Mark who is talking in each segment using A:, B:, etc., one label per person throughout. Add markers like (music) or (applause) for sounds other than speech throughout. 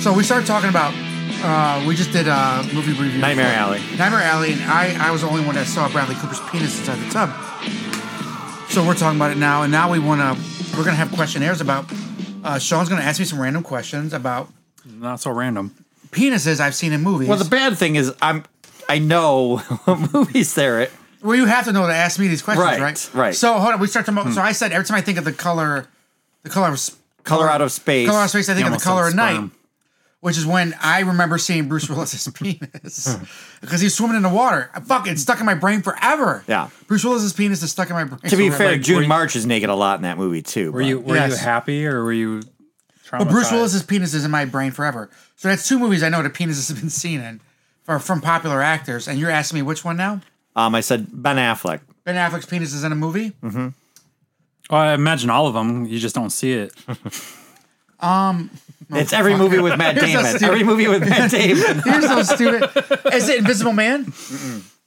A: So we started talking about. Uh, we just did a movie review.
B: Nightmare Alley.
A: Nightmare Alley, and I, I was the only one that saw Bradley Cooper's penis inside the tub. So we're talking about it now, and now we want to. We're gonna have questionnaires about. Uh, Sean's gonna ask me some random questions about
C: Not so random.
A: penises I've seen in movies.
B: Well, the bad thing is I'm I know what (laughs) movies they're at.
A: Well, you have to know to ask me these questions, right?
B: Right, right.
A: So hold on, we start tomorrow.
C: Hmm.
A: So I said every time I think of the color, the color of s-
B: Color out of space.
A: color out of space, I think of the
C: almost
A: color of
C: said
A: night,
C: sperm.
A: which is when I remember seeing Bruce Willis's (laughs) penis because he's swimming in the water. I fuck, it's stuck in my brain forever.
B: Yeah.
A: Bruce Willis's penis is stuck in my brain.
B: To be
A: forever.
B: fair,
C: like, were
B: June
C: you-
B: March is naked a lot in that movie too.
C: Were you were you
A: Yes.
C: happy or were you? Traumatized?
A: but Bruce Willis's penis is in my brain forever. So that's two movies I know the penis has been seen in, for, from popular actors. And you're asking me which one now?
B: Um, I said Ben Affleck.
A: Ben Affleck's penis is in a movie.
C: Mm-hmm. Well, I imagine all of them. You just don't see it. (laughs)
A: Oh,
B: it's every movie
A: (laughs)
B: with Matt
A: Here's a
B: Damon.
A: stupid-
B: Every movie with
A: (laughs)
B: Matt Damon.
A: You're so stupid. Is it Invisible Man?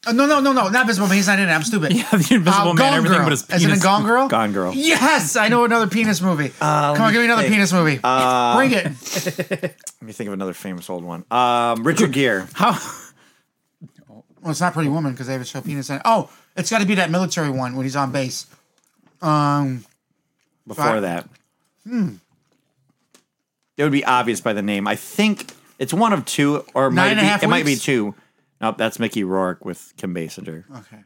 A: Oh, no, no, no, no, not Invisible Man. He's not in it. I'm stupid. Yeah,
C: the Invisible Man, everything but his
A: Is it in
C: penis.
A: Gone Girl?
B: Gone Girl.
A: Yes, I know another penis movie. Come on, give Uh, me Uh, another
B: think.
A: penis movie. Bring it.
B: Let me think of another famous old one. Um, Richard Gere.
A: Well, it's not Pretty Woman because they have a show penis in it. Oh, it's got to be that military one when he's on base.
B: Before that,
A: Hmm.
B: it would be obvious by the name. I think it's one of two, or it might
A: Nine and a
B: be-
A: half
B: it might be
A: weeks?
B: two. Nope, that's Mickey Rourke with Kim Basinger.
A: Okay.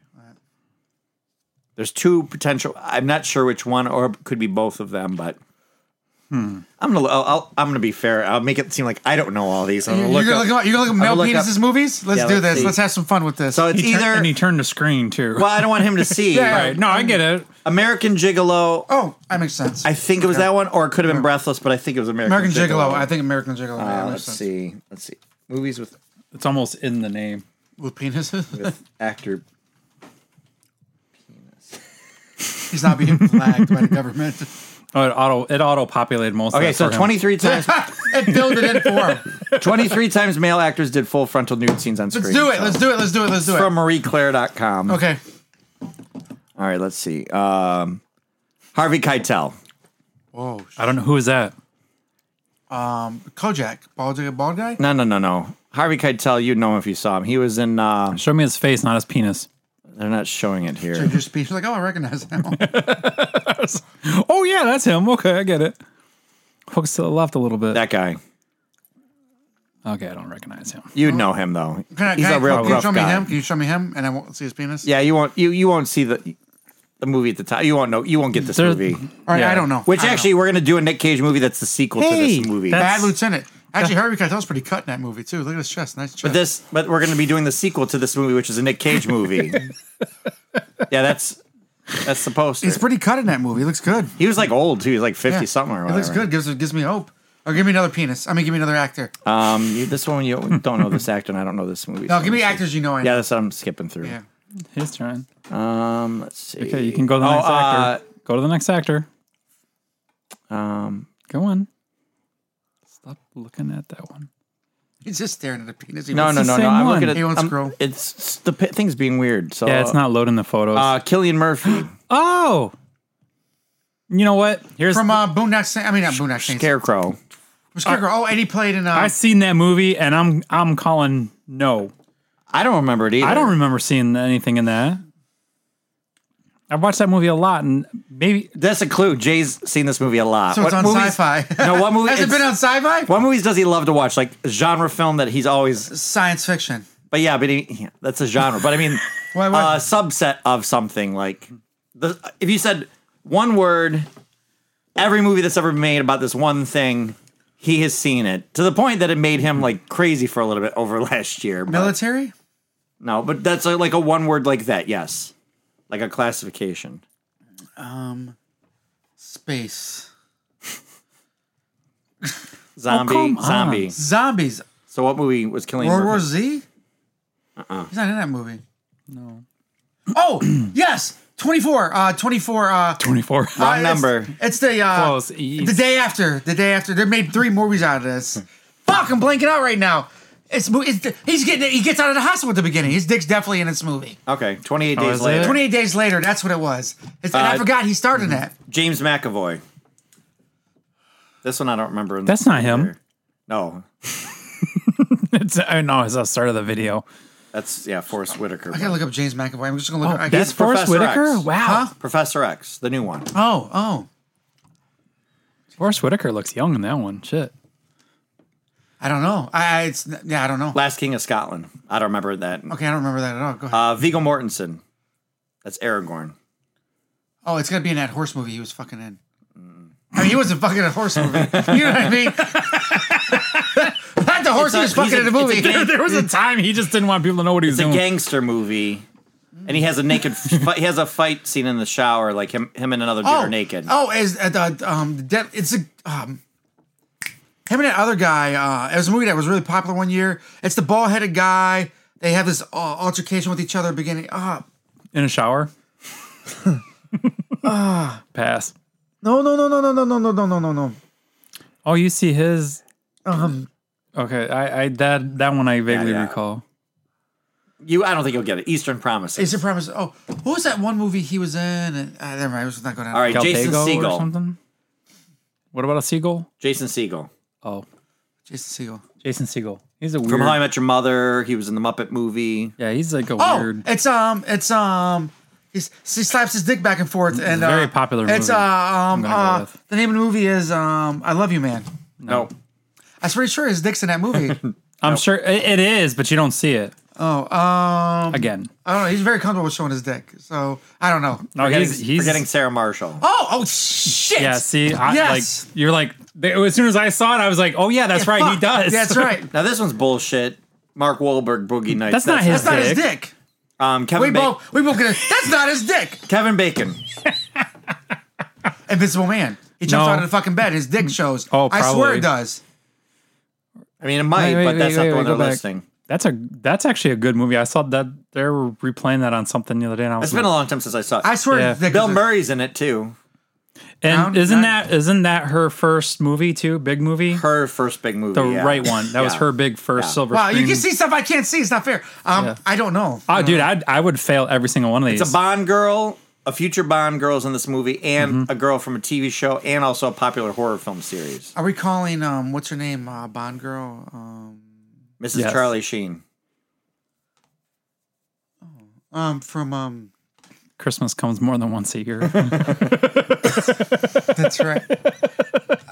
B: There's two potential. I'm not sure which one, or it could be both of them. But I'm gonna. I'll, I'll, I'm gonna be fair. I'll make it seem like I don't know all these. I'm
A: You're
B: gonna
A: gonna
B: look
A: look,
B: up-
A: up, you're gonna look
B: I'll
A: up male
B: look up-
A: penises movies? Let's
B: Yeah,
A: do
B: let's
A: this.
B: see.
A: Let's have some fun with this.
B: so it's
C: He tur-
B: either.
C: and he turned the screen too.
B: well, I don't want him (laughs) to see.
A: Yeah.
C: Right. No, I get it.
B: American Gigolo.
A: oh, that makes sense.
B: I think it was that one, or it could have been Breathless, but I think it was American,
A: American Gigolo.
B: Gigolo.
A: I think American Gigolo. yeah,
B: Uh,
A: makes
B: let's
A: sense.
B: see. Let's see. Movies with
C: It's almost in the name.
A: With
B: (laughs)
A: penises, (laughs)
B: with actor.
A: he's not being flagged
B: (laughs)
A: by the government.
C: Oh, it auto it auto populated most. of
B: Okay,
C: that
B: so
C: for him.
B: 23 (laughs) times
A: it filled it in for him.
B: 23 times male actors did full frontal nude scenes on screen.
A: Let's do it.
B: so-
A: Let's do it. Let's do it. Let's do it.
B: From marieclaire.com.
A: okay.
B: All right, let's see. Um, Harvey Keitel.
A: Whoa.
C: I don't know who is that.
A: Kojak, bald guy, bald guy.
B: No, no, no, no. Harvey Keitel, you'd know him if you saw him. He was in, uh,
C: Show me his face, not his penis.
B: they're not showing it here.
A: Dude, your speech. Like, oh, I recognize him.
B: (laughs)
C: Oh yeah, that's him. Okay, I get it. Focus to the left a little bit.
B: That guy.
C: okay, I don't recognize him.
B: You'd know him, though.
A: Can I,
B: He's
A: can I-
B: a real
A: Can you
B: rough
A: show me
B: guy.
A: him? Can you show me him? And I won't see his penis.
B: Yeah, you won't, you, you won't see the, the movie at the time. You won't know. You won't get this
C: There-
B: movie.
A: All right.
C: Yeah.
A: I don't know.
B: Which
A: I don't
B: actually, we're going to do a Nick Cage movie that's the sequel
C: Hey,
B: to this movie.
A: know.
C: that-
A: bad lieutenant. Actually, Harvey Keitel's pretty cut in that movie too. Look at his chest. Nice chest.
B: But this, but we're going to be doing the sequel to this movie, which is a Nick
A: (laughs)
B: Cage movie. yeah, that's that's the poster.
A: He's pretty cut in that movie. He looks good.
B: he was like old too. He's like fifty
A: Yeah.
B: something or
A: It
B: whatever.
A: looks good. Gives gives me hope. Or give me another penis. I mean, give me another actor.
B: Um, you, this one you don't know this actor, and I don't know this movie.
A: no,
B: so
A: give me
B: let's see.
A: actors you know. I know.
B: Yeah, that's what I'm skipping through.
A: Yeah.
C: His turn.
B: Um, let's see.
C: Okay, you can go to the
B: Oh,
C: next
B: uh,
C: actor. Go to the next actor.
B: Um,
C: Go on. Stop looking at that one.
A: He's just staring at the penis. He
B: no,
A: wants-
B: no,
C: the
B: no,
C: same
B: no. I'm
C: one.
B: looking at.
A: He won't
B: I'm-
A: scroll.
B: It's it's- the p- thing's being weird. So
C: Yeah, it's not loading the photos.
B: Uh, Killian Murphy,
C: oh, you know what? Here's
A: From uh, Boondock Saints. I mean, not Boondock Saints.
B: Scarecrow.
A: Scarecrow. Oh, and he played in. Uh,
C: I seen that movie, and I'm I'm calling no.
B: I don't remember it either.
C: I don't remember seeing anything in that. I watched that movie a lot, and maybe (laughs)
B: That's a clue. Jay's seen this movie a lot.
A: so it's on
B: movies-
A: sci-fi.
B: (laughs) No, what
A: (laughs)
B: movie?
A: Has it
B: it's-
A: been on sci-fi?
B: What movies does he love to watch? Like genre film that he's always.
A: Science fiction.
B: But yeah, but he, yeah, that's a genre. But I
C: (laughs)
B: mean,
A: Why- why?
B: Uh, subset of something like the, if you said one word, every movie that's ever been made about this one thing, he has seen it to the point that it made him like crazy for a little bit over (laughs) last year. But,
A: Military.
B: no, but that's uh like a one word like that. Yes, like a classification.
A: Space.
B: Zombie,
C: come on.
B: zombie.
A: Zombies.
B: So what movie was killing?
A: World
B: Murphy?
A: War Z? Uh-uh. He's not in that movie. No. Oh, (clears throat) yes. 24. Uh, 24. Uh,
C: (laughs) 24.
A: uh,
B: Wrong
A: it's-
B: number.
A: It's, the uh,
C: Close. E-
A: the day after. The day after. They made three movies out of
B: (laughs)
A: this. Fuck, I'm blanking out right now. It's, mo- it's he's getting he gets out of the hospital at the beginning. His dick's definitely in this movie.
B: Okay, twenty eight
C: Oh,
B: days
C: is it?
B: later.
A: 28 days later, that's what it was. It's, and I
B: Uh,
A: forgot he started in that.
B: James McAvoy. This one I don't remember. in
C: That's
B: the
C: not him.
B: theater. No,
C: It's I know it's the start of the video.
B: that's yeah, Forrest Whitaker.
A: I gotta look up James McAvoy. I'm just
B: Oh,
A: gonna look. up I
C: That's
A: guess.
C: Forrest
B: Professor
C: Whitaker.
B: X.
C: Wow,
B: Professor X, the new one.
A: Oh, oh.
C: Forrest Whitaker looks young in that one. Shit.
A: I don't know. I I- it's yeah. I don't know.
B: Last King of Scotland. I don't remember that.
A: Okay, I don't remember that at all. Go ahead.
B: Uh, Viggo Mortensen. That's Aragorn.
A: Oh, it's gonna be in that horse movie he was fucking in. I mean, he wasn't fucking in a horse movie. You know what I mean? (laughs) Not the horse he was
B: It's a-
A: fucking
B: he's a-
A: in the
B: it's a
A: movie.
B: gang-
C: (laughs) There was a time he just didn't want people to know what he was
B: It's a
C: doing.
B: gangster movie, and he has a naked. fight, he has a fight scene in the shower, like him, him and another dude
A: (laughs) oh,
B: are naked.
A: Oh, is uh, the um, the de- it's a um, him and that other guy. Uh, it was a movie that was really popular one year. It's the bald headed guy. They have this uh, altercation with each other beginning. Uh,
C: in a (laughs) shower. Ah. Pass.
A: no, no, no, no, no, no, no, no, no, no, no, no.
C: Oh, you see his. Um. Okay, I, I that that one I vaguely
B: yeah.
C: recall.
B: You, I don't think you'll get it. Eastern Promises.
A: Is it promise? Oh, what was that one movie he was in? And, uh, never mind. Let's not go down.
B: All right, Jason
C: Galpago or
B: Siegel.
C: something. What about a seagull?
B: Jason Siegel
C: Oh,
A: Jason Segel.
C: Jason Siegel. He's a weird.
B: from How I Met Your Mother. He was in the Muppet movie.
C: yeah, he's like a
A: Oh,
C: weird.
A: it's um, it's um, he's, he slaps his dick back and forth, and
C: very
A: uh,
C: popular
A: It's uh, um,
C: movie gonna go
A: uh,
C: with.
A: the name of the movie is um, I Love You Man.
B: No,
A: I'm pretty sure his dick's in that
C: (laughs)
A: movie.
C: I'm sure it, it is, but you don't see it
A: oh, um,
C: again.
A: I don't know. He's very comfortable with showing his dick, so I don't know.
C: No,
B: forgetting,
C: he's he's
B: forgetting Sarah Marshall.
A: Oh, oh shit!
C: Yeah, see, I,
A: Yes.
C: like you're like as soon as I saw it, I was like, oh yeah, that's right,
A: Fuck,
C: he does.
A: That's right.
B: Now this one's bullshit. Mark Wahlberg, Boogie Nights.
C: That's not his
A: That's not his
C: Dick.
A: dick.
B: Um,
A: We
B: Kevin, ba-
A: both we both get a, That's not his dick.
B: Kevin Bacon.
A: Invincible Man. He jumps
C: No.
A: out of the fucking bed. His dick shows.
C: Oh,
A: I swear
C: probably.
A: it does.
B: I mean, it might,
C: Wait, wait,
B: but that's
C: wait,
B: not
C: wait,
B: the one
C: wait,
B: they're
C: go back.
B: listing.
C: (laughs) That's a that's actually a good movie. I saw that they were replaying that on something the other day, and I was
B: It's been a
C: like,
B: long time since I saw it.
A: I swear.
C: Yeah.
A: his dick
B: Bill
A: is-
B: Murray's in it too.
C: and
A: No,
C: isn't
A: not-
C: that isn't that her first movie too? Big movie,
B: Her first big movie.
C: the
B: yeah.
C: right one. That was
B: Yeah.
C: her big first
B: Yeah.
C: silver.
A: Wow, you
C: screen.
A: can see stuff I can't see. It's not fair. Um,
C: Yeah.
A: I don't know.
C: Oh, dude, I I would fail every single one of these.
B: It's a Bond girl, a future Bond girl's in this movie, and
C: Mm-hmm.
B: a girl from a TV show, and also a popular horror film series.
A: Are we calling um what's her name uh, Bond girl? Um,
B: Mrs.
C: Yes.
B: Charlie Sheen.
A: um from um
C: Christmas comes more than once a (laughs) year.
A: that's
B: (laughs)
A: right.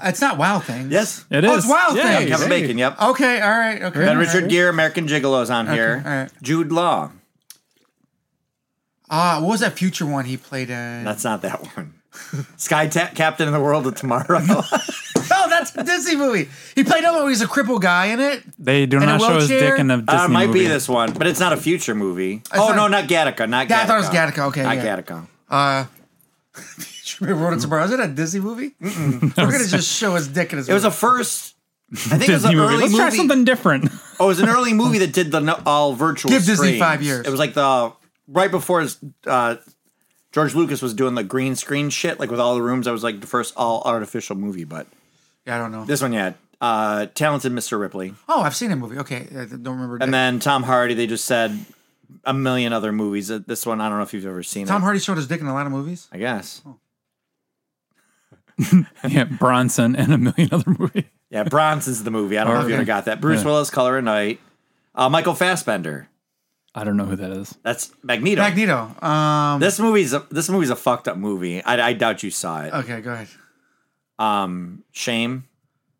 A: it's not Wild Thing.
B: Yes.
C: It is.
A: Oh, it's Wild
C: Yeah,
A: Things.
B: Kevin
C: hey. Oh,
B: Bacon. Yep.
A: Okay, all right, okay.
B: Then
A: all
B: Richard
A: right.
B: Gere, American Gigolo's on here.
A: all right.
B: Jude Law.
A: Uh, what was that future one he played in?
B: That's not that
C: (laughs)
B: one. Sky Ta- Captain of the World of Tomorrow. (laughs)
A: oh, that's a Disney movie. He played him when he's a crippled guy in it. (laughs)
C: They do
A: a
C: not show his dick
A: wheelchair?
C: in the Disney
B: uh, might
C: movie.
B: be this one, but it's not a future movie. oh
A: not-
B: no, not Gattaca. Not Gattaca.
A: Yeah, I thought it was Gattaca, okay,
B: not
A: yeah.
B: Gattaca.
A: Road to Tomorrow. Is it a Disney movie? We're gonna just show his dick in his.
B: It was a first. I think it was
C: Disney
B: an
C: movie.
B: early
C: Let's
B: movie.
C: try something (laughs) different.
B: Oh, it was an early movie that did the no- all virtual.
A: Give Disney
B: screens.
A: five years.
B: It was like the right before his, uh, George Lucas was doing the green screen shit, like with all the rooms. That was like the first all artificial movie. But
A: yeah, I don't know.
B: this one, yeah, uh, talented Mr. Ripley,
A: oh, I've seen a movie. Okay, I don't remember.
B: and then Tom Hardy. They just said a million other movies. Uh, This one, I don't know if you've ever seen
A: Tom
B: it.
A: Hardy showed his dick in a lot of movies.
B: I guess.
C: yeah, Bronson and a million other movies.
B: Yeah, Bronson's the movie. I don't know if you
A: Okay.
B: ever got that. Bruce Willis, Color of Night, uh, Michael Fassbender.
C: I don't know who that is.
B: That's Magneto.
A: Magneto. Um.
B: this movie's a, this movie's a fucked up movie. I, I doubt you saw it.
A: Okay, go ahead. Uh,
B: Um, Shame.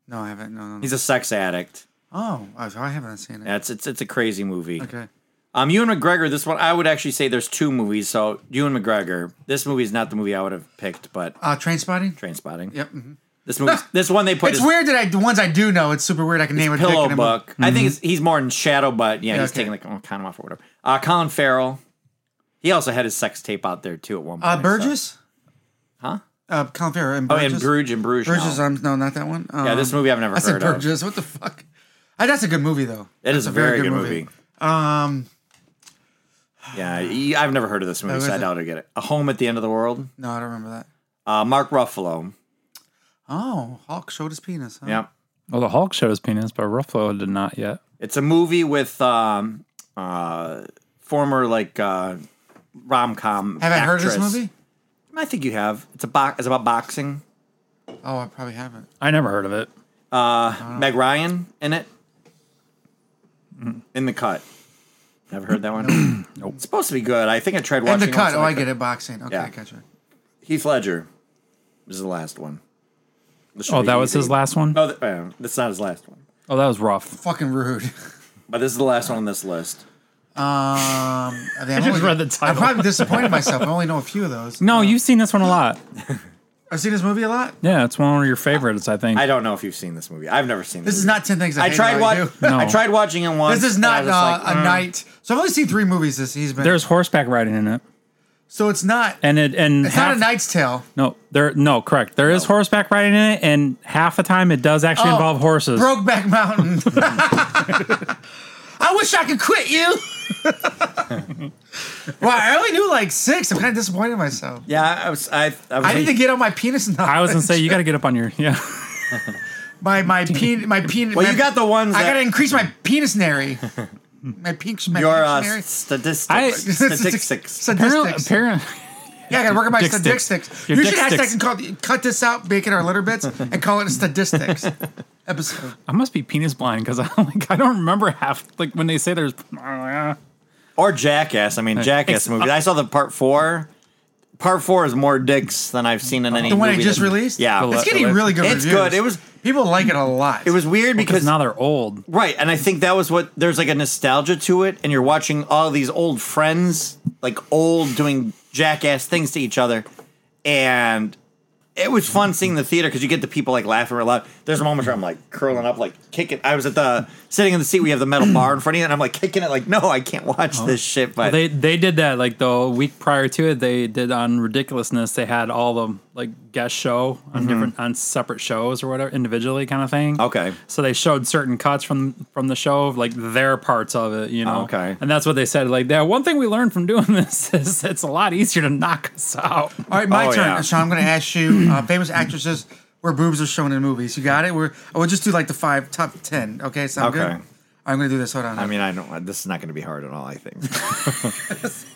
A: No, I haven't. No, no, no.
B: He's a sex addict.
A: Oh, I I haven't seen it.
B: That's it's it's a crazy movie.
A: Okay.
B: Um, Ewan McGregor. This one I would actually say there's two movies. So Ewan McGregor. This movie is not the movie I would have picked, but
A: Uh, Train Spotting.
B: Train Spotting.
A: Yep. mhm.
B: This movie. this
A: (laughs)
B: one they put
A: It's
B: his
A: weird that I the ones I do know. It's super weird. I can name a dick
B: pillow
A: in a
B: book. I think it's, he's more in shadow, but yeah,
A: Mm-hmm. Yeah,
B: he's
A: okay.
B: taking like oh, kind of off or whatever. Uh, Colin Farrell. He also had his sex tape out there too at one point.
A: Uh, Burgess.
B: Huh?
A: Uh, Colin Farrell and
B: So. Oh,
A: Burgess.
B: and Bruges and Bruges.
A: Burgess.
B: now.
A: Um, no, not that one. Um,
B: yeah, this movie I've never
A: I said
B: heard of.
A: Burgess. What the fuck? Uh, that's a good movie though.
B: It is
A: That's
B: a very, good movie.
A: Um,
B: Yeah, y- I've never heard of this movie,
A: was
B: so I
A: it?
B: doubt I get it. A Home at the End of the World.
A: no, I don't remember that.
B: Uh, Mark Ruffalo.
A: Mm-hmm. Oh, Hulk showed his penis. Huh?
B: Yep.
C: Well, the Hulk showed his penis, but Ruffalo did not yet.
B: It's a movie with um, uh, former like uh, rom com.
A: Have I heard of this movie?
B: I think you have. It's a box. It's about boxing.
A: Oh, I probably haven't.
C: I never heard of it.
B: Uh, Meg Ryan in it. In the cut. Never heard that
C: (clears throat)
B: one. nope. It's supposed to be good. I think I tried
A: And
B: watching.
A: the
B: it
A: cut.
B: once
A: Oh, I
B: couldn't.
A: get it. Boxing. Okay,
B: Yeah.
A: gotcha.
B: Heath Ledger is the last one. This should
C: Oh,
B: be
C: that was
B: easy.
C: his last one?
B: No, th- uh, that's not his last one.
C: Oh, that was rough.
A: Fucking
B: (laughs)
A: rude.
B: But this is the last one on this list.
A: Um, I, think I'm
D: just
A: only-
D: read the title.
A: I'm probably
B: (laughs)
A: disappointed myself. I only know a few of those.
C: No, you've seen this one a lot.
A: I've seen this movie a lot.
C: Yeah, it's one of your favorites, I think.
B: I don't know if you've seen this movie. I've never seen
A: This is not ten things I,
B: I
A: hate
B: tried
A: about
B: (laughs) watching.
A: you.
C: (laughs) No.
B: I tried watching it once.
A: This is
B: and I
A: not
B: was
A: uh,
B: like,
A: a
B: mm.
A: night. So I've only seen three movies. This he's been.
C: There's horseback riding in it.
A: so it's not.
C: And it and
A: It's
C: half,
A: not a Knight's Tale.
C: No, there no, Oh, correct. There is horseback riding in it and half the time it does actually involve horses.
A: Brokeback
C: (laughs)
A: Mountain. I wish I could quit you.
C: (laughs)
A: well, I only knew like six. I'm kind of disappointed in myself.
B: Yeah, I was. I, I, was
A: I need to get on my penis now.
C: I was gonna say you got to get up on your yeah.
A: (laughs) my
C: (laughs)
A: my penis my penis.
B: Well,
A: my-
B: you got the ones
A: I
B: that-
A: gotta increase my penis
C: (laughs)
A: nary. my penis. My
B: your uh,
A: penis
B: statistics.
A: (laughs)
B: (laughs)
C: I-
B: statistics.
C: Apparently,
A: Statistics. Yeah, I gotta work on my
C: Dick sticks.
A: statistics.
C: Your
A: You
C: dick
A: should hashtag
C: sticks.
A: and call, cut this out, make it our litter bits, and call it a
C: (laughs)
A: statistics episode.
C: I must be penis blind because I like I don't remember half like when they say there's.
B: or Jackass. I mean, Jackass
C: Ex-
B: movie. I saw the part four. Part four is more dicks than I've seen in any.
A: The one I
B: movie
A: just
B: that-
A: released.
B: Yeah,
A: it's
C: It's
A: getting really good.
B: it's
A: reviews.
B: good. It was.
A: people like it a lot.
B: It was weird
C: Because
B: because
C: now they're old.
B: Right, and I think that was what there's like a nostalgia to it, and you're watching all these old friends, like old doing jackass things to each other, and it was fun seeing the theater because you get the people like laughing real loud. There's moments where I'm like curling up, like kicking. I was at the sitting in the seat. We have the metal bar in front of you, and I'm like kicking it, like no, I can't watch this shit. But
C: They they did that like the week prior to it. They did on ridiculousness. They had all the like guest show on different on separate shows or whatever individually kind of thing.
B: Okay.
C: So they showed certain cuts from from the show, like their parts of it, you know.
B: Okay.
C: And that's what they said. Like that one thing we learned from doing (laughs) this is it's a lot easier to knock us out.
A: All right, my
B: Oh,
A: turn,
B: yeah.
A: Sean. I'm going to ask you
B: (laughs)
A: uh, famous actresses where boobs are shown in movies. You got it? We're, I will just do like the five top ten. Okay, sound
B: Okay.
A: good? All right, I'm going to do this. Hold on.
B: I mean, I don't. This is not going to be hard at all. I think.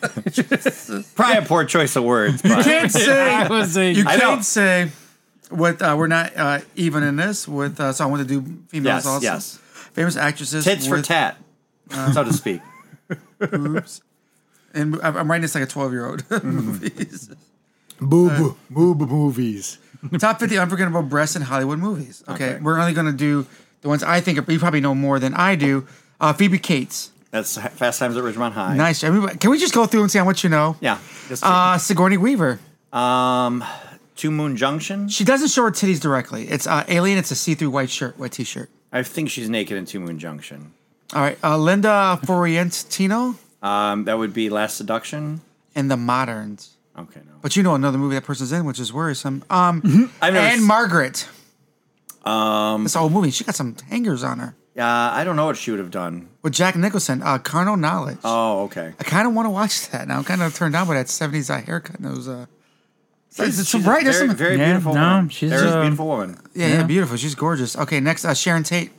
B: (laughs) Probably a poor choice of words. But. (laughs)
A: can't
C: (laughs) I
A: say
C: was a,
A: you
B: I know.
A: can't say what uh, we're not uh, even in this with. Uh, so I want to do females
B: Yes,
A: also.
B: yes.
A: Famous actresses.
B: Tits for
A: with-
B: tat,
A: Uh.
B: so to speak.
A: And I'm I'm writing this like a 12 year (laughs) old.
B: Mm-hmm.
A: Movies. Uh,
D: Boob, boob movies.
A: Top 50 unforgettable breasts in Hollywood movies. Okay,
B: Okay.
A: we're only going to do the ones I think are, you probably know more than I do. Uh, Phoebe Cates.
B: That's Fast Times at Ridgemont High.
A: Nice. Everybody, can we just go through and see how much you know?
B: Yeah. Just
A: Uh, Sigourney Weaver.
B: um, Two Moon Junction.
A: She doesn't show her titties directly. It's uh, Alien. It's a see-through white shirt, white T-shirt.
B: I think she's naked in Two Moon Junction.
A: All right, uh, Linda Fiorentino
B: Um, that would be Last Seduction.
A: and the Moderns.
B: Okay, no.
A: But you know another movie that person's in, which is worrisome. Um,
B: I've never
A: and
B: s-
A: Margaret. Um, this old movie. She got some hangers on her
B: uh, I don't know what she would have done.
A: with Jack Nicholson. Uh, Carnal Knowledge.
B: Oh, okay.
A: I kind of want to watch that now. I'm kind of turned on by that '70s eye haircut and those. Uh, it's, it's
B: She's a
A: right. There's
B: Very,
A: some-
B: very
C: Yeah,
B: beautiful.
C: no,
B: woman.
C: she's,
B: There is a
A: uh,
C: um,
B: beautiful woman.
A: yeah, yeah,
C: yeah.
A: beautiful. She's gorgeous. Okay, next, uh, Sharon Tate.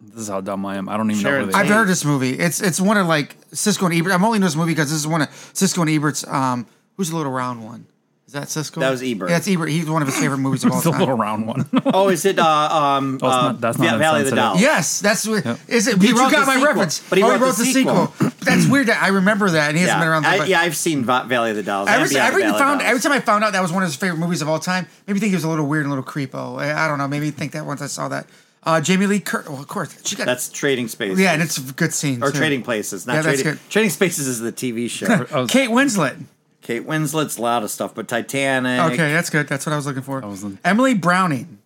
C: this is how dumb I am. I don't even
B: Sharon
C: know.
B: Tate.
C: Where
A: I've
B: Hey.
A: heard this movie. It's it's one of like Cisco and Ebert. I'm only know this movie because this is one of Cisco and Ebert's. Um, who's the little round one? Is that Cisco?
B: That was Ebert.
A: Yeah, that's Ebert. He's one of his favorite movies (laughs)
C: (laughs)
A: of all
C: it's a
A: time.
C: little round one.
B: Oh, is it?
A: (laughs)
B: Uh, um,
C: it's
B: uh,
C: not- that's not
B: Va- Valley of the
C: insensitive.
B: Dolls.
A: Yes, that's what. Is it? you
B: wrote
A: got
B: the
A: my
B: sequel,
A: reference.
B: but he
A: oh,
B: wrote
A: he
B: the
A: wrote the sequel. that's weird. That I remember that, and he hasn't
B: Yeah,
A: been around.
B: I,
A: that,
B: yeah, I've seen Va- Valley of the Dolls. and
A: Every,
B: Beyond
A: every,
B: Valley of
A: found,
B: Dolls.
A: every time I found out that was one of his favorite movies of all time, made me think he was a little weird and a little creepo. I, I don't know. Made me think that once I saw that. Uh, Jamie Lee Curtis. Well, of course, she got.
B: That's Trading Spaces.
A: yeah, and it's a good scene.
B: or
A: too.
B: Trading Places. Not
A: Yeah, that's Oh.
B: Trading.
A: good.
B: Trading Spaces is the
A: (laughs)
B: TV show.
C: I was,
A: Kate Winslet.
B: Kate Winslet's a lot of stuff, but Titanic.
A: Okay, that's good. That's what I was looking for.
C: was the-
A: Emily Browning.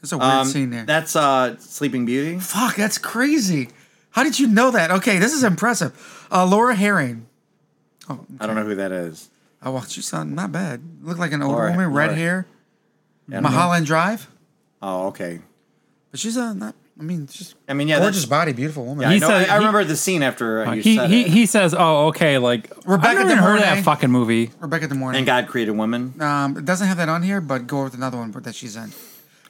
A: There's a weird
B: Um,
A: scene there.
B: That's uh, Sleeping Beauty.
A: Fuck, that's crazy. How did you know that? Okay, this is impressive. Uh, Laura Herring.
B: I don't know who that is.
A: I watched you, son. Not bad. Look like an older
B: Laura-
A: woman, red
B: Laura-
A: hair.
B: Yeah, I don't know.
A: Mulholland Drive.
B: Oh, okay.
A: But she's uh, not. I mean, she's
B: I mean, yeah,
A: gorgeous
B: that's-
A: body, beautiful woman.
B: Yeah, I,
C: He
B: know,
C: said-
B: I, I
C: he-
B: remember the scene after uh, you
C: he
B: said
C: he,
B: it.
C: he says, "Oh, okay." Like
A: Rebecca
C: I've never even heard of
A: DeMornay.
C: that fucking movie.
A: Rebecca De Mornay.
B: and God created woman.
A: Um, it doesn't have that on here, but go with another one that she's in.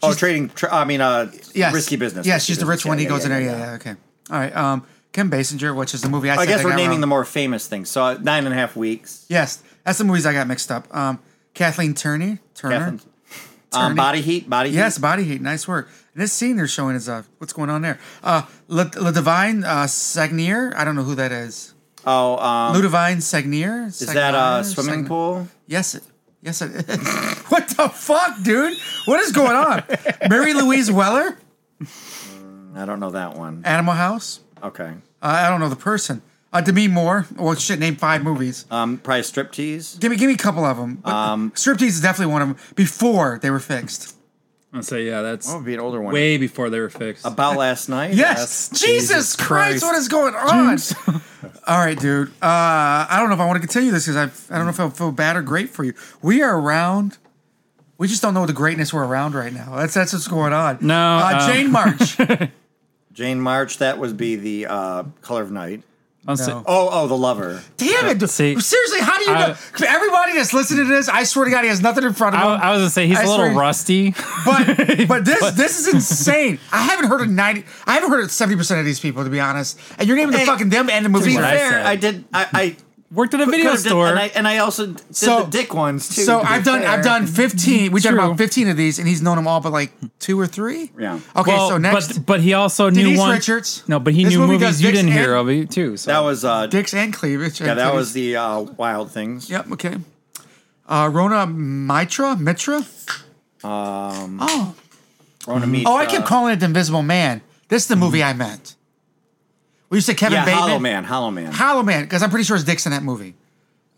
B: Oh, trading. Tra- I mean, uh,
A: Yes.
B: risky business.
A: Yes,
B: Risky
A: she's the
B: Business.
A: rich one.
B: Yeah,
A: he goes in there. Yeah, yeah, okay. All right. Um, Kim Basinger, which is the movie I,
B: I
A: said
B: guess we're
A: got
B: naming
A: wrong.
B: the more famous things. So uh, nine and a half weeks.
A: Yes, that's the movies I got mixed up. Um, Kathleen Turney, Turner,
B: Catherine- Um,
A: Ernie.
B: body heat, body heat.
A: Yes, body heat. Nice work. And this scene they're showing is uh, what's going on there. Uh, Le, Le Divine uh, Sagnier. I don't know who that is.
B: Oh, um,
A: Lou Divine Sagnier.
B: is that a swimming pool?
A: Yes. It, yes. It, (laughs) what the fuck, dude? What is going on? Mary Louise Weller,
B: I don't know that one.
A: Animal House.
B: Okay.
A: Uh, I don't know the person. Uh, Demi Moore. Well, shit. Name five movies.
B: Um, probably striptease.
A: Give me, give me a couple of them. Um, Striptease is definitely one of them. Before they were fixed.
C: I'll say, yeah, that's
B: That would be an older one.
C: way before they were fixed.
B: About last night.
A: Yes.
C: Yes.
A: Jesus,
C: Jesus
A: Christ.
C: Christ.
A: what is going on? (laughs) All right, dude. Uh, I don't know if I want to continue this because I I don't know if I feel bad or great for you. We are around. We just don't know the greatness we're around right now. That's that's what's going on.
C: No,
A: uh,
C: um,
A: Jane
C: (laughs)
A: March.
B: Jane March. That would be the uh, Color of Night.
C: I'll say-
A: No.
B: Oh, oh, the lover.
A: Damn it! dude.
C: See,
A: Seriously, how do you know? Everybody that's listening to this, I swear to God, he has nothing in front of
C: I,
A: him.
C: I (laughs) was gonna say he's
A: I
C: a little
A: swear-
B: (laughs)
C: rusty.
A: but but this this is insane. I haven't heard of ninety. I haven't heard of seventy percent of these people, to be honest. And you're naming the
B: Hey,
A: fucking them and the
B: To
A: movie.
B: be
A: we're in.
C: I
B: fair,
C: said.
B: I, did. I, I
C: Worked at a
B: could
C: video
B: have did-
C: store.
B: and I, and I also did
A: So-
B: the dick ones too.
A: So
B: to be
A: I've done I've
B: fair.
A: done fifteen. We've done
C: True.
A: about fifteen of these, and he's known them all, but like two or three.
B: Yeah.
A: Okay.
C: Well,
A: so next,
C: but, but he also knew
A: Denise
C: one.
A: Richards.
C: No, but he
A: This
C: knew
A: movie does
C: movies you
A: dicks
C: didn't hear
A: and-
C: of it too. So
B: That was uh,
A: dicks and cleavage.
B: yeah. That was the uh, Wild Things.
A: Yep. Okay. Uh, Rona Mitra Mitra. Um. Oh.
B: Rona Meets,
A: Oh, I kept
B: uh,
A: calling it the Invisible Man. This is the movie I meant. We used to Kevin
B: Yeah,
A: Bateman.
B: Hollow Man. Hollow Man.
A: Hollow Man, because I'm pretty sure it's Dix in that movie.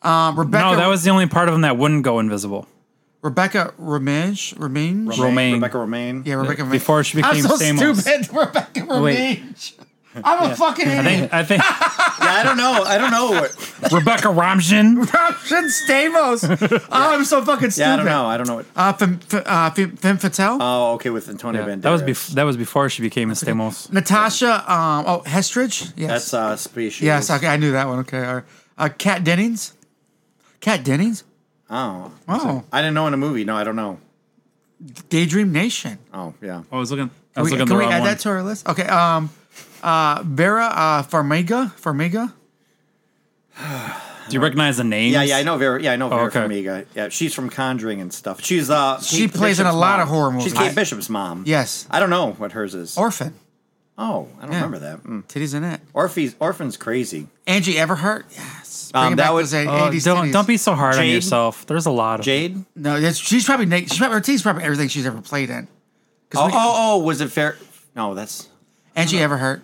A: Um, Rebecca.
C: no, that was the only part of him that wouldn't go invisible.
A: Rebecca Ramage. Ramage.
C: Romaine.
B: Rebecca Romaine.
A: Yeah, Rebecca. Ramage.
C: Before she
A: I'm
C: became
A: so
C: Samos.
A: stupid. (laughs) Rebecca
C: Wait.
A: Ramage. I'm a fucking idiot.
C: I think I
A: (laughs)
C: think
B: Yeah, I don't know. I don't know. What,
C: Rebecca Ramjan.
A: Corruption Stamos. Oh, I'm so fucking stupid.
B: yeah, I don't know. I don't know. What,
A: Uh, Fem, F- uh, Fem, Femme Fatale.
B: oh, okay, with Antonio Banderas.
C: That was bef- that was before she became a Stamos.
A: Natasha. Um, oh, Hestridge. Yes.
B: That's uh, species.
A: yes. Okay, I knew that one. Okay. All right. Uh, Kat Dennings. Kat Dennings.
B: Oh,
A: Oh,
B: I didn't know in a movie. No, I don't know.
A: Daydream Nation.
B: Oh, yeah.
C: I was looking. I
A: Can
C: was
A: we,
C: looking
A: can
C: the
A: we
C: wrong
A: add
C: one.
A: that to our list? Okay. Um, uh, Vera uh, Farmiga. Farmiga.
C: Do you recognize the names?
B: Yeah, yeah, I know Vera. Yeah, I
A: Oh,
B: know Vera
C: okay.
B: Farmiga. Yeah, she's from Conjuring and stuff. She's uh,
A: She
B: Kate
A: plays in a
B: Bishop's
A: lot
B: mom.
A: of horror
B: She's
A: movies.
B: Kate Bishop's mom.
A: Yes.
B: I don't know what hers is.
A: Orphan.
B: oh, I don't remember that. Mm.
A: Titties in it.
B: Orphe's Orphan's crazy.
A: Angie Everhart. Yes.
B: Um,
A: Bringing
B: that
A: back
B: was-
A: those
C: Oh,
A: 80s
C: don't
A: titties.
C: don't be so hard on
B: Jade?
C: yourself. There's a lot of
B: Jade.
A: No, that's, she's probably naked. She's probably her team's probably everything she's ever played in.
B: Oh,
A: we-
B: oh, oh, was it fair? No, that's.
A: And she Everhart.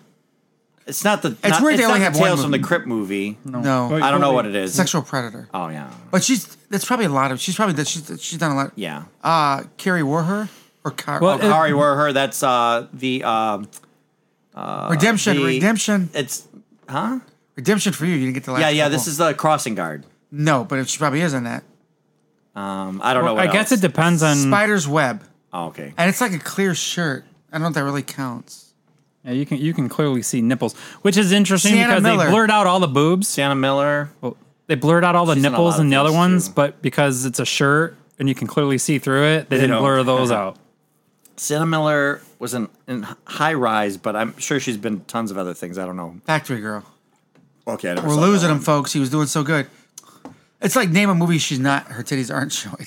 B: It's not the. It's not,
A: weird they
B: it's
A: only
B: not
A: have
B: the
A: one
B: Tales from the
A: movie.
B: Crypt movie. No.
A: No,
B: I don't know what it is.
A: sexual predator.
B: Oh yeah,
A: But she's that's probably a lot of. She's probably she's she's done a lot.
B: yeah.
A: Uh, Carrie Warher or Car-
C: Well,
A: oh,
C: it-
B: Kari were her. That's uh the um
C: uh,
A: Redemption,
B: the-
A: Redemption,
B: it's huh?
A: Redemption for you. You didn't get the last.
B: Yeah, yeah.
A: couple.
B: This is the crossing guard.
A: no, but she probably is in that.
B: Um, I don't know.
C: I
B: What
C: guess it
B: else.
C: depends on.
B: Mm.
A: Spider's web,
B: Oh, okay.
A: and it's like a clear shirt. I don't know if that really counts.
C: Yeah, you can you can clearly see nipples, which is interesting
A: Sienna
C: because
A: Miller.
C: they blurred out all the boobs.
B: Santa Miller.
C: Well, they blurred out all the
B: She's in a lot
C: nipples
B: of
C: and the other
B: things,
C: ones,
B: too.
C: but because it's a shirt and you can clearly see through it, they, didn't
B: don't.
C: blur those out.
B: Santa Miller was in, in high rise, but I'm sure she's been tons of other things. I don't know.
A: Factory Girl.
B: Okay, I never
A: We're
B: saw that
A: losing
B: one.
A: him, folks. He was doing so good. It's like name a movie she's not. Her titties aren't (laughs) showing.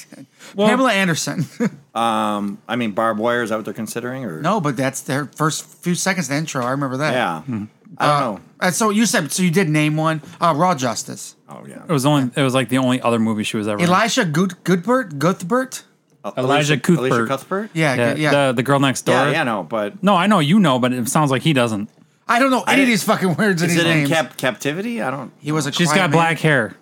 C: Well-
A: Pamela Anderson. (laughs)
B: I mean, barbed wire is that what they're considering? Or
A: no, but that's their first few seconds. Of the intro. I remember that.
B: Yeah,
C: Mm-hmm.
B: I
C: Uh,
B: don't know.
A: And so you said so you did name one. Uh, Raw Justice.
B: Oh
C: It
B: yeah,
C: was only it was like the only other movie she was ever. in.
A: Elisha Good Goodbert Guthbert.
C: Elijah
B: Alicia
C: Cuthbert.
B: Cuthbert.
A: Yeah,
C: yeah,
A: yeah. yeah.
C: The, the girl next door.
B: yeah, yeah. No, but
C: No, I know you know, but it sounds like he doesn't.
A: I don't know any of
B: didn't-
A: these fucking words in
B: is
A: these
B: it in
A: names.
B: cap- captivity? I don't.
A: he was a.
C: She's
A: quiet
C: got
A: man.
C: black hair.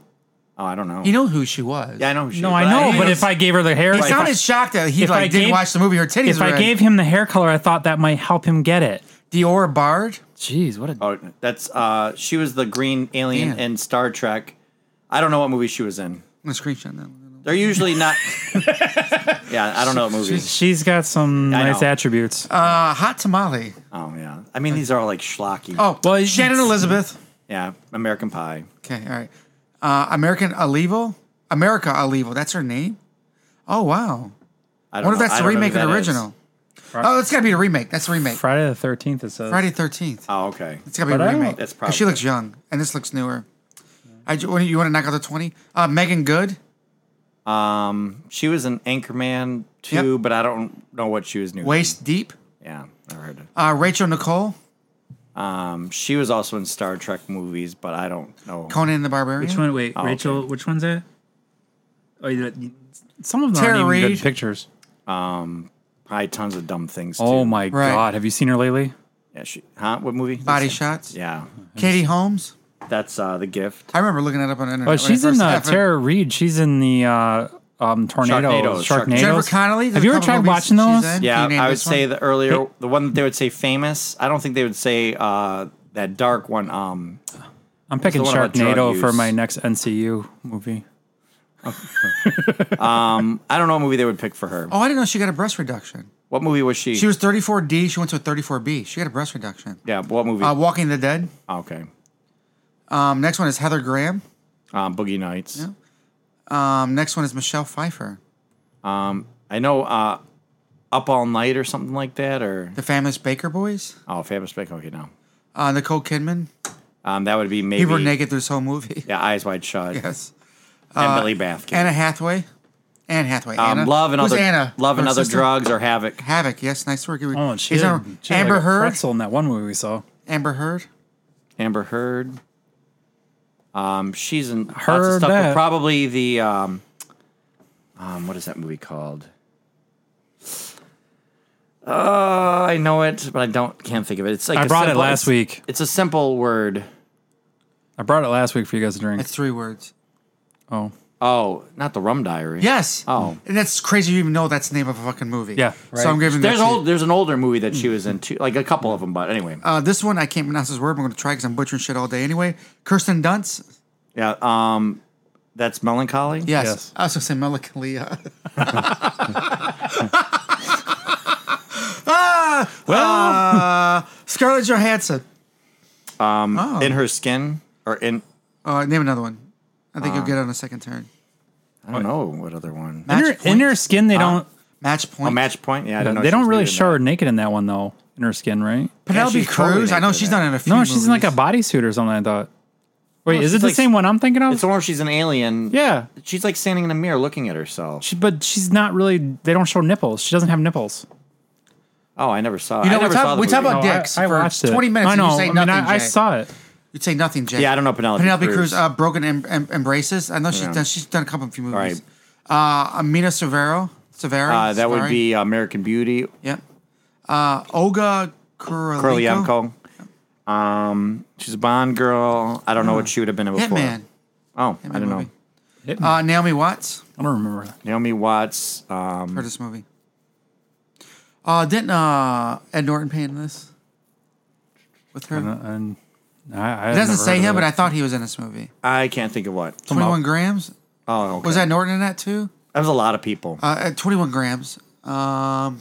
B: Oh, I don't know.
A: You know who she was.
B: yeah, I know. who She,
C: No,
B: is,
C: I
B: but
C: know,
B: didn't
C: but
B: know-
C: if I gave her the hair,
A: He
C: if I-
A: sounded shocked that he
C: if
A: like
C: I
A: didn't
C: gave-
A: watch the movie. Her titties.
C: if
A: were
C: I
A: in.
C: gave him the hair color, I thought that might help him get it.
A: Dior Bard.
C: Jeez, what a
B: oh, that's uh, she was the green alien
A: Damn.
B: in Star Trek. I don't know what movie she was in.
A: I'm gonna screenshot that.
B: They're usually
C: (laughs)
B: not. yeah, I don't know what movie.
C: She's got some
B: I
C: nice
B: know.
C: attributes.
A: Uh, Hot Tamale.
B: Oh yeah, I mean these are all like schlocky.
A: Oh,
C: Well,
A: well,
C: you-
A: Shannon Elizabeth.
B: yeah, American Pie.
A: Okay, all right. Uh, American Olivo. America Olivo. That's her name. Oh wow.
B: I
A: I
B: don't
A: wonder
B: know.
A: if that's the
B: I don't know
A: remake
B: who
A: or the
B: that is.
A: original. Oh, it's gotta be the remake. That's the remake.
C: Friday the Thirteenth. It says.
A: Friday Thirteenth.
B: Oh okay.
A: It's gotta be
C: But
A: a
C: I don't-
A: remake.
B: That's
A: 'Cause she
B: probably-
A: looks young, and this looks newer. I ju- what do you want to knock out the twenty? Uh, Megan Good.
B: Um, she was an Anchorman two, but I don't know what she was new.
A: Waist Deep.
B: Yeah, I heard it.
A: Uh, Rachel Nicole,
B: Um, she was also in Star Trek movies, but I don't know.
A: Conan the Barbarian.
C: Which one? Wait,
B: Oh,
C: Rachel. Which one's it? Oh, you, you- some of them
A: Tara
C: aren't even
A: Reid.
C: good pictures.
B: Probably tons of dumb things.
C: Oh
B: too.
C: my
A: Right.
C: god, have you seen her lately?
B: Yeah, she, huh? What movie?
A: Body
B: That's-
A: Shots.
B: Yeah,
A: Katie Holmes.
B: that's uh, the gift.
A: I remember looking that up on the internet.
C: But
A: when it
C: she's in
A: first
C: uh,
A: happened.
C: Tara Reid. She's in the uh, um, tornado
B: Sharknadoes, Sharknadoes.
C: Sharknadoes.
A: Jennifer Connelly.
C: Have you ever tried watching those?
B: Yeah,
A: Can you name
B: I would
A: this one?
B: say the earlier the one that they would say famous. I don't think they would say uh, that dark one. Um,
C: I'm picking
B: the one about drug
C: Sharknado for
B: use.
C: my next NCU movie.
B: I don't know what movie they would pick for her.
A: Oh, I didn't know she got a breast reduction.
B: What movie was she?
A: She was 34D. She went to a 34B. She got a breast reduction.
B: yeah, what movie?
A: Uh, Walking the Dead.
B: Oh, okay,
A: Um, next one is Heather Graham.
B: um, Boogie Nights.
A: Um, next one is Michelle Pfeiffer.
B: I know. Uh, Up all night or something like that, or
A: The Famous Baker Boys.
B: oh, Famous Bake. Okay, no,
A: Uh, Nicole Kidman.
B: um, that would be maybe.
A: People were naked through this whole movie.
B: Yeah, Eyes Wide Shut.
A: (laughs) Yes.
B: And Billy Bathkin.
A: Anna Hathaway. Anne Hathaway.
B: um,
A: Anna.
B: Love and
A: Who's
B: other
A: Anna?
B: Love and
A: Her
B: other
A: sister?
B: drugs or havoc.
A: Havoc. Yes, nice work.
C: Oh, and she
A: Is
C: did,
A: there
C: she did
A: Amber
C: like a
A: Heard.
C: pretzel in that one movie we saw.
A: Amber Heard.
B: Amber Heard. Um, she's in lots
C: Heard
B: of stuff, but
C: that.
B: probably the um, um, what is that movie called? Uh, I know it, but I don't can't think of it. It's like
C: I
B: a
C: brought it
B: simple- it's-
C: last week.
B: It's a simple word.
C: I brought it last week for you guys to drink.
A: That's three words.
C: oh,
B: Oh, not the Rum Diary.
A: Yes.
B: Oh.
A: And that's crazy. You even know that's the name of a fucking movie.
C: Yeah, right.
A: So I'm giving
B: There's
A: that to you.
B: old. There's an older movie that she was in too, like a couple of them. But anyway,
A: Uh, this one I can't pronounce this word. but I'm going to try because I'm butchering shit all day anyway. Kirsten Dunst.
B: yeah. Um, that's melancholy.
A: Yes.
C: Yes.
A: I was going to say (laughs) Melancholia. ah,
B: (laughs) Well,
A: uh, Scarlett Johansson.
B: in her skin or in
A: Uh, name another one. I think
B: Uh.
A: you'll get it on a second turn.
B: I don't know what other one.
A: Match
C: in her,
A: point.
C: in her skin they don't
A: Match point.
B: A Oh, match point. Yeah, I don't Ah. know.
C: they
B: if she
C: don't
B: was
C: really
B: leading
C: show her
B: that.
C: naked in that one though. In her skin, right?
A: Penelope
B: Yeah, she's totally
A: Cruz. I know
B: naked
A: she's
B: in that.
A: done it in a few.
C: No, she's in like a
A: movies.
C: bodysuit or something. I thought. Wait, is it
B: she's
C: the
B: like-
C: same one I'm thinking of?
B: It's the one where she's an alien.
C: yeah,
B: She's like standing in a mirror looking at herself.
C: she, but she's not really. They don't show nipples. She doesn't have nipples.
B: Oh, I never saw.
A: You know,
B: Oh, I
A: we
B: never
A: talk-
B: saw the
A: we talk
B: movie.
A: about-
C: No, I-
A: Dicks
C: I,
A: for
C: watched it.
A: 20 minutes
C: I
A: and you
C: know.
A: say
C: I mean,
A: nothing,
C: I, I
A: Jay.
C: saw it.
A: You'd say nothing, Jake.
B: Yeah, I don't know Penelope
A: Penelope Cruz,
B: Cruz.
A: uh, broken em- em- embraces. I know she's
B: Yeah.
A: done. She's done a couple of few movies.
B: right.
A: Uh, Amina Severo. Severo.
B: Uh, that would
A: Severi.
B: be American Beauty.
A: Yep. Uh, Olga Kurylenko.
B: Kurlienko. Um, she's a Bond girl. I don't know what she would have been in before.
A: Uh-huh. Hitman.
B: Oh, I don't
A: movie.
B: know.
A: Uh, Naomi Watts.
C: I don't remember. that.
B: Naomi Watts. Um,
A: Heard this movie. Uh, didn't uh, Ed Norton pay in this? With her?
C: Uh, And I, I
A: it doesn't say him, but I thought he was in this movie.
B: I can't think of what.
A: 21 grams?
B: Oh, okay.
A: Was that Norton in that too?
B: That was a lot of people.
A: Uh, at 21 grams. Um,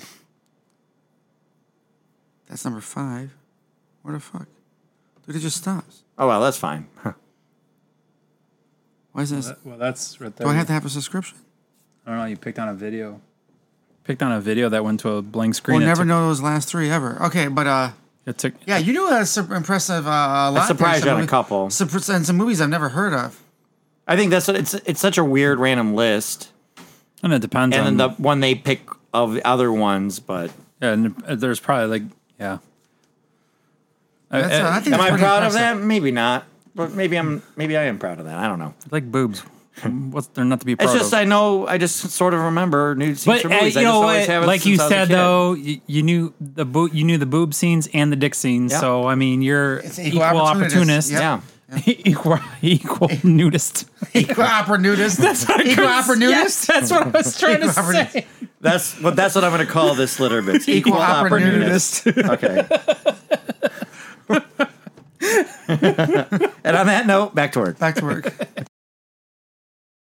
A: that's number five. Where the fuck? Dude, it just stops.
B: oh well, that's fine. (laughs) Huh.
A: Why is this?
C: Well, that's right there.
A: Do I have to have a subscription?
C: I don't know. You picked on a video. Picked on a video that went to a blank screen.
A: We'll
C: It
A: never
C: took-
A: know those last three ever. Okay, but uh,
C: It took.
A: Yeah, you do a super impressive uh, a lot.
B: surprised
A: there, some
B: you on a
A: movies-
B: couple.
A: Surpri- and some movies I've never heard of.
B: I think that's it's it's such a weird random list,
C: And it depends
B: and
C: on
B: then the one they pick of the other ones, but
C: Yeah, and uh, there's probably like yeah. I-
A: That's, uh, I think
B: Am
A: that's
B: I
A: pretty
B: proud of
A: impressive. (laughs)
B: that? Maybe not. But maybe I'm. Maybe I am proud of that. I don't know.
C: it's like boobs. What's there not to be
B: It's
C: proud
B: just
C: of?
B: I know. I just sort of remember nude scenes
C: but
B: from
C: uh,
B: movies.
C: you
B: I just
C: know
B: always
C: what?
B: have it
C: Like
B: since
C: you
B: I was a
C: said
B: kid.
C: though, you, you knew the boob, you knew the boob scenes and the dick scenes.
B: Yeah.
C: So I mean, you're
A: It's
C: equal,
A: equal opportunist.
C: opportunist,
B: Yeah.
C: (laughs) equal equal nudist.
A: Equal opera
B: (laughs)
A: nudist. Equal opera
C: (laughs)
A: nudist.
C: that's what I was trying
A: Equal opera nudist.
B: That's what. That's what I'm going to call this
A: (laughs)
B: litter bits.
A: Equal opera nudist.
B: Okay. (laughs) and on that note, back to work.
A: Back to work.